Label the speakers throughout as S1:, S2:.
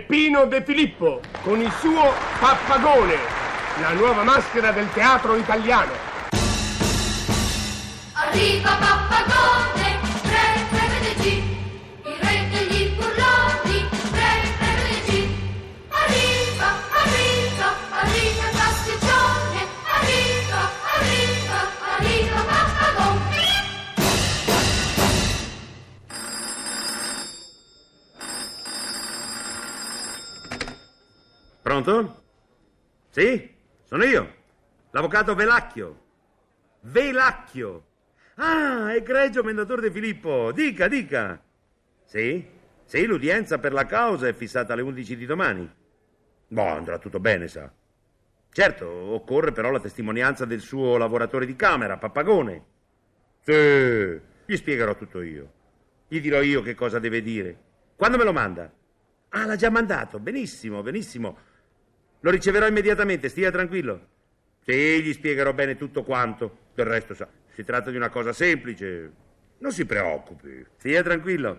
S1: Peppino De Filippo con il suo Pappagone, la nuova maschera del teatro italiano.
S2: Arriva pappagone, pre, pre, pre, il re degli burloni, pre, pre, pre, arriva, arriva, arriva pasticcione, arriva, arriva, arriva pappagone.
S3: Pronto? Sì, sono io, l'avvocato Velacchio. Velacchio. Ah, egregio mendatore De Filippo, dica, dica. Sì? Sì, l'udienza per la causa è fissata alle 11 di domani. Boh, andrà tutto bene, sa. Certo, occorre però la testimonianza del suo lavoratore di camera, Pappagone. Sì, gli spiegherò tutto io. Gli dirò io che cosa deve dire. Quando me lo manda? Ah, l'ha già mandato. Benissimo, benissimo. Lo riceverò immediatamente, stia tranquillo. Sì, gli spiegherò bene tutto quanto. Del resto, sa, si tratta di una cosa semplice. Non si preoccupi. Stia tranquillo.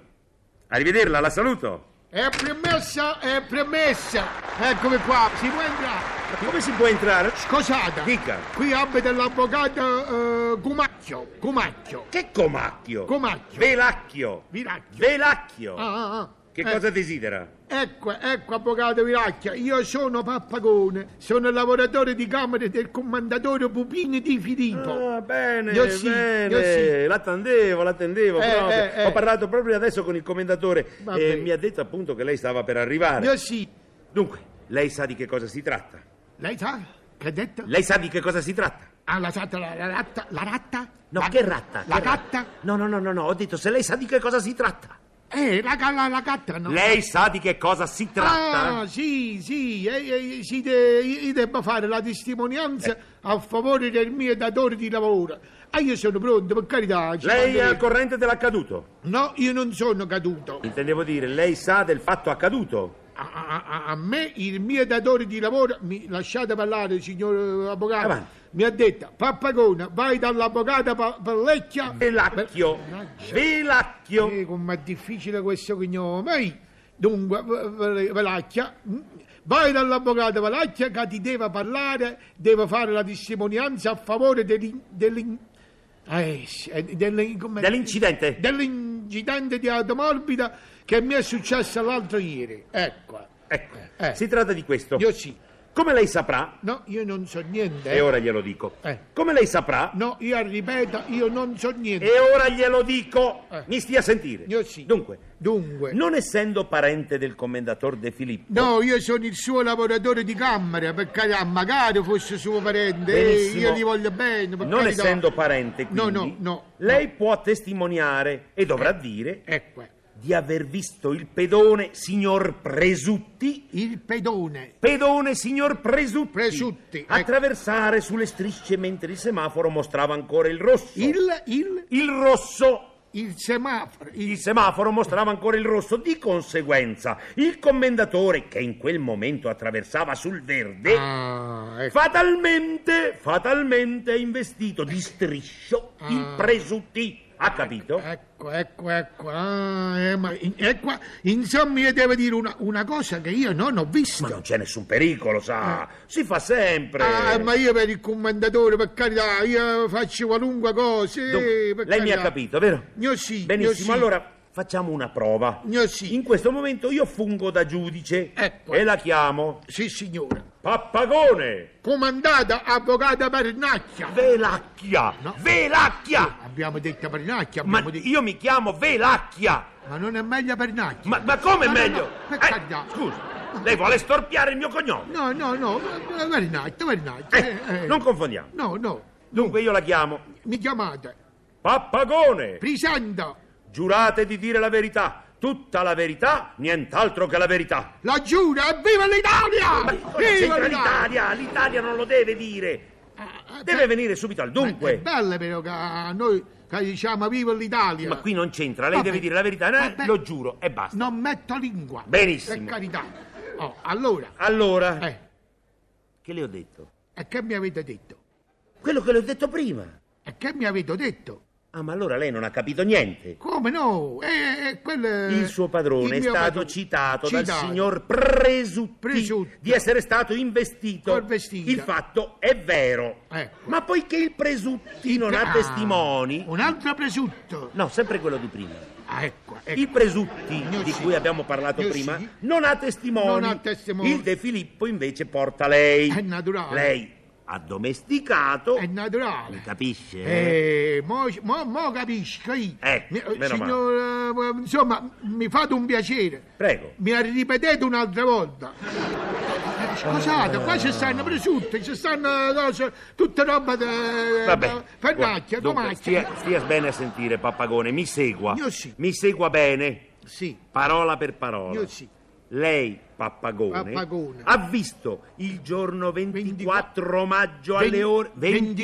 S3: Arrivederla, la saluto.
S4: È premessa, è premessa. Eccomi qua, si può entrare.
S3: Come si può entrare?
S4: Scusate.
S3: Dica.
S4: Qui abita l'avvocato eh, Gumacchio. Gumacchio.
S3: Che comacchio?
S4: Comacchio.
S3: Velacchio.
S4: Viracchio.
S3: Velacchio.
S4: Ah, ah, ah.
S3: Che
S4: Eh,
S3: cosa desidera?
S4: Ecco, ecco, avvocato Viracchio, io sono Pappagone, sono il lavoratore di camera del comandatore Pupini di Filippo.
S3: Ah, bene,
S4: Io sì,
S3: bene.
S4: io sì.
S3: L'attendevo, l'attendevo.
S4: Eh,
S3: proprio.
S4: eh, eh.
S3: Ho parlato proprio adesso con il commendatore
S4: Va
S3: e
S4: bene.
S3: mi ha detto appunto che lei stava per arrivare.
S4: Io sì.
S3: Dunque, lei sa di che cosa si tratta?
S4: Lei sa? Che ha detto?
S3: Lei sa di che cosa si tratta?
S4: Ah, la ratta, la, la ratta, la ratta?
S3: No,
S4: la,
S3: che ratta?
S4: La
S3: che ratta?
S4: gatta?
S3: No, no, no, no, no, ho detto se lei sa di che cosa si tratta.
S4: Eh, la, ga- la, la gatta, no?
S3: Lei sa di che cosa si tratta?
S4: Ah, sì, sì, eh, eh, si de- io devo fare la testimonianza
S3: Eh.
S4: a favore del mio datore di lavoro. Ah, io sono pronto, per carità. ci
S3: lei è al
S4: mancherebbe.
S3: corrente dell'accaduto.
S4: No, io non sono caduto.
S3: Intendevo dire, lei sa del fatto accaduto.
S4: A, a- a- a me il mio datore di lavoro, mi lasciate parlare, signor eh, avvocato,
S3: Avanti.
S4: mi ha detto, pappagona, vai dall'avvocato pa- Pallecchia.
S3: Velacchio.
S4: Mannaggia.
S3: Velacchio.
S4: Eh, com'è difficile questo cognome. Ehi, Dunque, v- v- Valacchia, mm, vai dall'avvocato Valacchia che ti deve parlare, deve fare la testimonianza a favore dell'in- dell'in- eh, sì, eh, dell'in- com'è?
S3: Dell'incidente.
S4: dell'incidente di automorbida che mi è successo l'altro ieri. Ecco.
S3: Ecco,
S4: Eh.
S3: si tratta di questo.
S4: Io sì.
S3: Come lei saprà,
S4: No, io non so niente.
S3: e ora glielo dico,
S4: Eh.
S3: come lei saprà,
S4: No, io ripeto, io non so niente.
S3: e ora glielo dico,
S4: Eh.
S3: mi stia a sentire.
S4: Io sì.
S3: Dunque,
S4: Dunque.
S3: non essendo parente del commendator De Filippo,
S4: No, io sono il suo lavoratore di camera, per carità, magari fosse suo parente, eh,
S3: Benissimo.
S4: io gli voglio bene. Per
S3: non
S4: carità.
S3: essendo parente,
S4: No,
S3: quindi,
S4: no, no,
S3: lei può testimoniare e dovrà dire
S4: Ecco,
S3: di aver visto il pedone signor Presutti.
S4: il pedone.
S3: Pedone signor Presutti,
S4: Presutti, ecco.
S3: attraversare sulle strisce mentre il semaforo mostrava ancora il rosso.
S4: Il, il,
S3: il rosso
S4: il semaforo. Il,
S3: Il semaforo mostrava ancora il rosso, di conseguenza il commendatore, che in quel momento attraversava sul verde,
S4: Ah, ecco.
S3: fatalmente, fatalmente investito di striscio
S4: Ah.
S3: il presutti. Ha capito?
S4: Ecco, ecco, ecco. Ah, eh, ma in- ecco. Insomma, io devo dire una, una cosa che io non ho visto.
S3: Ma non c'è nessun pericolo, sa. Si fa sempre.
S4: Eh. Ah, ma io per il commendatore, per carità, io faccio qualunque cosa. eh,
S3: Dunque,
S4: per
S3: lei mi ha
S4: carità.
S3: capito, vero?
S4: Io sì, io sì.
S3: Benissimo, allora facciamo una prova.
S4: Io sì.
S3: In questo momento io fungo da giudice
S4: Ecco.
S3: e la chiamo
S4: Sì, signore.
S3: Pappagone.
S4: Comandata avvocata Pernacchia.
S3: Velacchia!
S4: Ah, No.
S3: Velacchia!
S4: Abbiamo detto Pernacchia,
S3: Ma
S4: abbiamo detto...
S3: io mi chiamo Velacchia!
S4: Ma non è meglio Pernacchia?
S3: Ma, ma come
S4: No, no,
S3: meglio?
S4: no, per
S3: Eh,
S4: carità.
S3: scusa, lei vuole storpiare il mio cognome?
S4: No, no, no, eh, Pernacchia, Pernacchia.
S3: Eh,
S4: eh, eh.
S3: Non confondiamo.
S4: No, no,
S3: Dunque io la chiamo
S4: mi chiamate.
S3: Pappagone!
S4: Prisando,
S3: Giurate di dire la verità, tutta la verità, nient'altro che la verità.
S4: la giura, viva
S3: Ma
S4: l'Italia!
S3: cosa
S4: Viva
S3: c'entra l'Italia? L'Italia non lo deve dire.
S4: Ah, ah,
S3: Deve
S4: beh,
S3: venire subito al
S4: ma È
S3: dunque.
S4: bella però che ah, noi che diciamo viva l'Italia.
S3: Ma qui non c'entra, lei
S4: Vabbè.
S3: deve dire la verità, eh,
S4: Vabbè.
S3: lo giuro, e basta.
S4: Non metto lingua.
S3: Benissimo.
S4: Per carità. Oh, allora,
S3: Allora,
S4: eh,
S3: che le ho detto?
S4: e che mi avete detto?
S3: Quello che le ho detto prima.
S4: E che mi avete detto?
S3: Ah, ma allora lei non ha capito niente.
S4: Come no? Eh, eh, quello è-
S3: Il suo padrone è
S4: il mio
S3: stato
S4: padrone.
S3: citato, dal
S4: Citato.
S3: signor Presutti,
S4: Presutti.
S3: di essere stato investito.
S4: Col vestito.
S3: Il fatto è vero.
S4: Ecco.
S3: Ma poiché il Presutti
S4: Il
S3: non
S4: pre-
S3: ha
S4: Ah,
S3: testimoni...
S4: Un altro presutto.
S3: No, sempre quello di prima.
S4: Ah, ecco, ecco.
S3: Il Presutti,
S4: Io
S3: di
S4: sì.
S3: cui abbiamo parlato
S4: Io
S3: prima,
S4: sì.
S3: non ha testimoni.
S4: Non ha testimoni.
S3: Il De Filippo invece porta lei.
S4: È naturale.
S3: Lei ha domesticato.
S4: È
S3: Mi
S4: naturale.
S3: capisce?
S4: Eh, mo, mo- mo capisco. io.
S3: Eh,
S4: Mi-
S3: meno
S4: signor, eh, insomma, mi fate un piacere.
S3: Prego.
S4: Mi ripetete un'altra volta. Eh, Scusate, qua ci stanno presutti, ci stanno eh, cose, tutta roba eh, da
S3: Vabbè.
S4: fernacchia,
S3: Dunque,
S4: domacchia.
S3: stia, stia bene a sentire, pappagone, mi segua.
S4: Io sì.
S3: Mi segua bene,
S4: Sì,
S3: parola per parola.
S4: io sì.
S3: Lei, pappagone,
S4: Pappagone.
S3: ha visto il giorno 24 maggio
S4: Ven-
S3: alle ore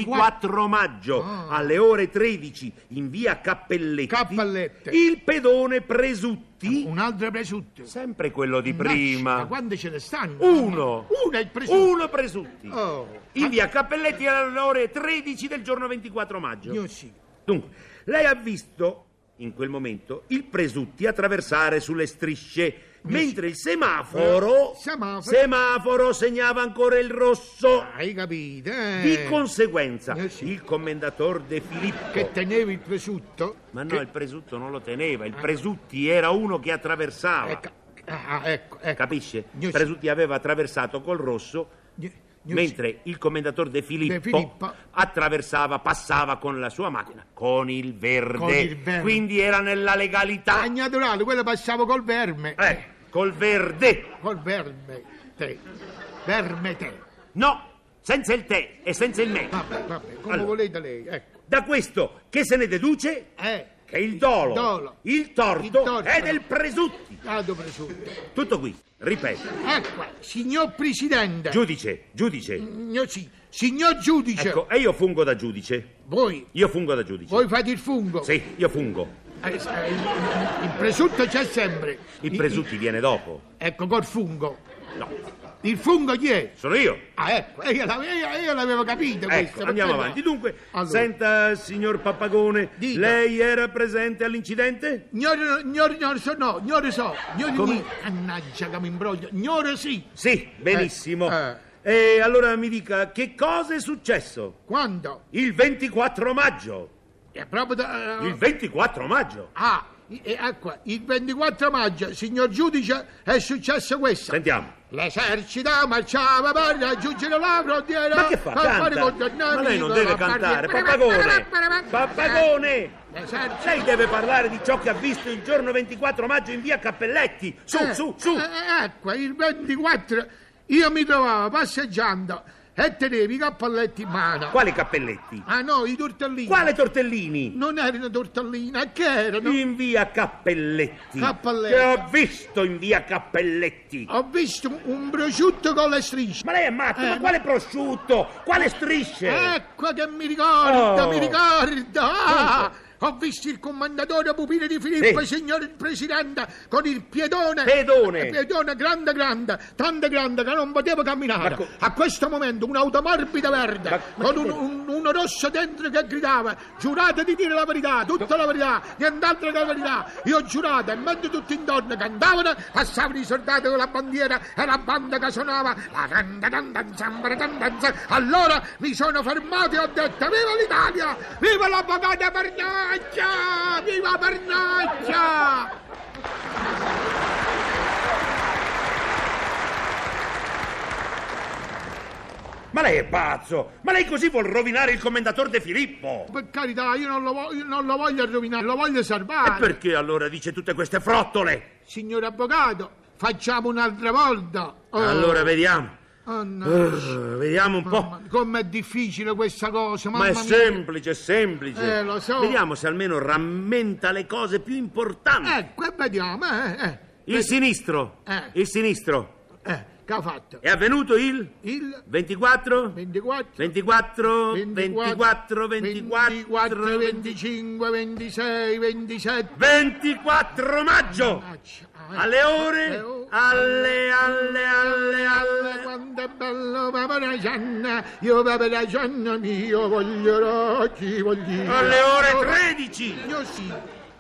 S3: 24 maggio
S4: Ah.
S3: alle ore 13 in via Cappelletti.
S4: Cappellette. Ah,
S3: Il pedone Presutti,
S4: Un'altra presutti.
S3: sempre quello di
S4: Ma
S3: prima.
S4: quando ce ne stanno?
S3: Uno.
S4: Uno è il presunto.
S3: Uno Presutti.
S4: Oh.
S3: In via Cappelletti alle ore 13 del giorno 24 maggio.
S4: Io sì.
S3: Dunque, lei ha visto in quel momento il Presutti attraversare sulle strisce. Mentre il semaforo,
S4: Eh, Semaforo.
S3: semaforo segnava ancora il rosso.
S4: Hai capito? Eh?
S3: Di conseguenza,
S4: Eh sì.
S3: il commendator De Filippo.
S4: Che teneva il presunto?
S3: Ma
S4: che- Ah.
S3: no, il Presutti non lo teneva. Il Presutti era uno che attraversava.
S4: Ecco, ah, ecco, ecco.
S3: Capisce?
S4: Io sì.
S3: Presutti aveva attraversato col rosso
S4: Io- io
S3: mentre il commendator De Filippo,
S4: De Filippo.
S3: attraversava, passava con la sua macchina, con il verde.
S4: Con il verde.
S3: Quindi era nella
S4: sì.
S3: legalità.
S4: Ah, naturale, quello passavo col verme.
S3: Eh, col verde.
S4: Col verme te. Verme te.
S3: No, senza il te e senza il me.
S4: Vabbè, vabbè, come
S3: Allora.
S4: volete lei, ecco.
S3: Da questo che se ne deduce?
S4: Eh,
S3: Che il dolo,
S4: dolo.
S3: il torto
S4: Il torto.
S3: è del Presutti.
S4: dato presunto.
S3: Tutto qui, ripeto.
S4: Ecco, signor Presidente.
S3: Giudice, giudice.
S4: Signor sì, signor giudice.
S3: Ecco, e io fungo da giudice.
S4: Voi,
S3: Io fungo da giudice.
S4: voi fate il fungo.
S3: Sì, io fungo.
S4: Eh, eh, il, il presunto c'è sempre.
S3: Il Presutti viene dopo.
S4: Ecco, col fungo.
S3: No,
S4: Il fungo chi è?
S3: sono io.
S4: Ah, ecco, eh, io, l'ave- io- io l'avevo capito questo.
S3: Ecco, andiamo
S4: perché
S3: avanti.
S4: no?
S3: Dunque,
S4: Allora.
S3: senta, signor Pappagone,
S4: Dica.
S3: lei era presente all'incidente?
S4: Gnore, gnore, gnore so, no, gnore so, gnore
S3: Come?
S4: ni. Mannaggia che mi imbroglio. Gnore sì.
S3: Sì, benissimo.
S4: Eh,
S3: E allora mi dica, che cosa è successo?
S4: Quando?
S3: Il 24 maggio.
S4: È proprio da... eh,
S3: Il 24 maggio.
S4: Ah, i- e- ecco, il 24 maggio, signor giudice, è successo questo.
S3: Sentiamo.
S4: L'esercito marciava per raggiungere la frontiera.
S3: Ma che fa?
S4: per Ah, fare
S3: Canta.
S4: condannare
S3: Ma lei non
S4: i
S3: deve
S4: barbarri.
S3: cantare. Pappagone. Pappagone.
S4: L'esercito...
S3: Lei deve parlare di ciò che ha visto il giorno 24 maggio in via Cappelletti. Su,
S4: Eh,
S3: su, su.
S4: eh, eh, ecco, il 24 io mi trovavo passeggiando e tenevo i cappelletti in mano.
S3: Quali Cappelletti?
S4: Ah no, i tortellini.
S3: Quale Tortellini?
S4: Non erano tortellini, eh, che erano?
S3: In via Cappelletti.
S4: Cappelletti.
S3: Che ho visto in via Cappelletti.
S4: Ho visto un- un prosciutto con le strisce.
S3: Ma lei è matto,
S4: Eh,
S3: ma
S4: ma-
S3: quale prosciutto? Quale strisce?
S4: Ecco che mi ricorda,
S3: Oh.
S4: mi ricorda. Ah,
S3: Dunque.
S4: ho visto il commendatore Pupino di Filippo,
S3: Sì.
S4: signor Presidente, con il piedone.
S3: Pedone.
S4: Eh, Piedone grande, grande, tanto grande che non potevo camminare.
S3: Ma co-
S4: A questo momento un'auto morbida verde,
S3: Ma- ma
S4: con
S3: che-
S4: un, un- uno rosso dentro che gridava, giurate di dire la verità, tutta la verità, nient'altro che la verità. Io ho girato e mentre tutti intorno cantavano, passavano i soldati con la bandiera e la banda che suonava, la canta, canta, sambra, canta, canta. Allora mi sono fermato e ho detto, viva l'Italia, viva l'avvocata Pernacchia, viva Pernacchia!
S3: Ma lei è pazzo! Ma lei così vuol rovinare il commendator De Filippo!
S4: Per carità, io non lo, vo- io non lo voglio rovinare, lo voglio
S3: E
S4: salvare.
S3: perché allora dice tutte queste frottole?
S4: Signor avvocato, facciamo un'altra volta. Oh,
S3: Allora vediamo.
S4: oh, no.
S3: Uh, vediamo un po'.
S4: Mamma, com'è difficile questa cosa, mamma
S3: Ma è
S4: mia.
S3: semplice, è semplice.
S4: Eh, lo so.
S3: Vediamo se almeno rammenta le cose più importanti.
S4: Ecco, e vediamo, eh, eh.
S3: Il sinistro.
S4: Eh.
S3: Il sinistro.
S4: eh, che ha fatto?
S3: È avvenuto il
S4: Il
S3: 24?
S4: 24...
S3: 24, 24, 24,
S4: 24,
S3: 25.
S4: 25, 26, 27...
S3: 24 maggio!
S4: Mannaggia, eh.
S3: Alle ore,
S4: Eh, oh,
S3: alle, alle, alle, alle.
S4: Quando è fratello Papera Gianna, io Papera Gianna mio voglierò chi voglio.
S3: Alle ore 13!
S4: Io sì,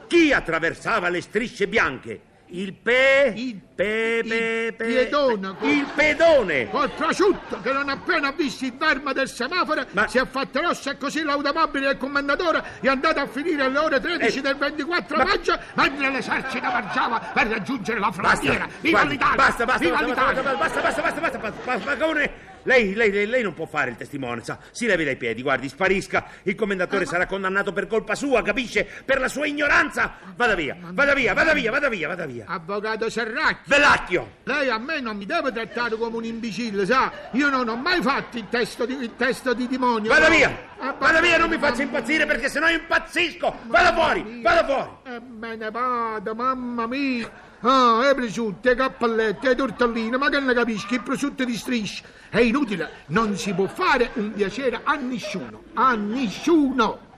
S3: Chi attraversava le strisce bianche? Il pe...
S4: Il-
S3: pe,
S4: il
S3: pe, pe-
S4: piedone, col-
S3: Il pedone!
S4: col prosciutto che non appena ha visto il verme del semaforo
S3: Ma-
S4: si è fatta rossa e così l'automobile del commendatore è andata a finire alle ore 13
S3: Eh,
S4: del 24
S3: ma-
S4: maggio mentre l'esercito marciava per raggiungere la
S3: Basta,
S4: frontiera. Viva
S3: guardi,
S4: l'Italia!
S3: basta, basta,
S4: Viva
S3: basta,
S4: l'Italia!
S3: basta, basta, basta, basta, basta, basta, basta, Pagone, Lei, lei, lei, lei non può fare il testimone, sa. Si levi dai piedi, guardi, sparisca. Il commendatore sarà condannato per colpa sua, capisce? Per la sua ignoranza. Vada via, vada via, vada via, vada via, vada via.
S4: Avvocato Serracchi,
S3: Velacchio!
S4: lei a me non mi deve trattare come un imbecille, sa? Io non ho mai fatto il testo di, il testo di demonio.
S3: Vada
S4: no.
S3: via!
S4: Ah,
S3: Vada via, non mi faccia impazzire perché sennò impazzisco! Vada fuori, vada fuori!
S4: E me ne vado, mamma mia! Ah, e prosciutte, e cappellette, e tortelline, eh, ma che ne capisci? Il prosciutto di strisce. È inutile, non si può fare un piacere a nessuno. A nessuno!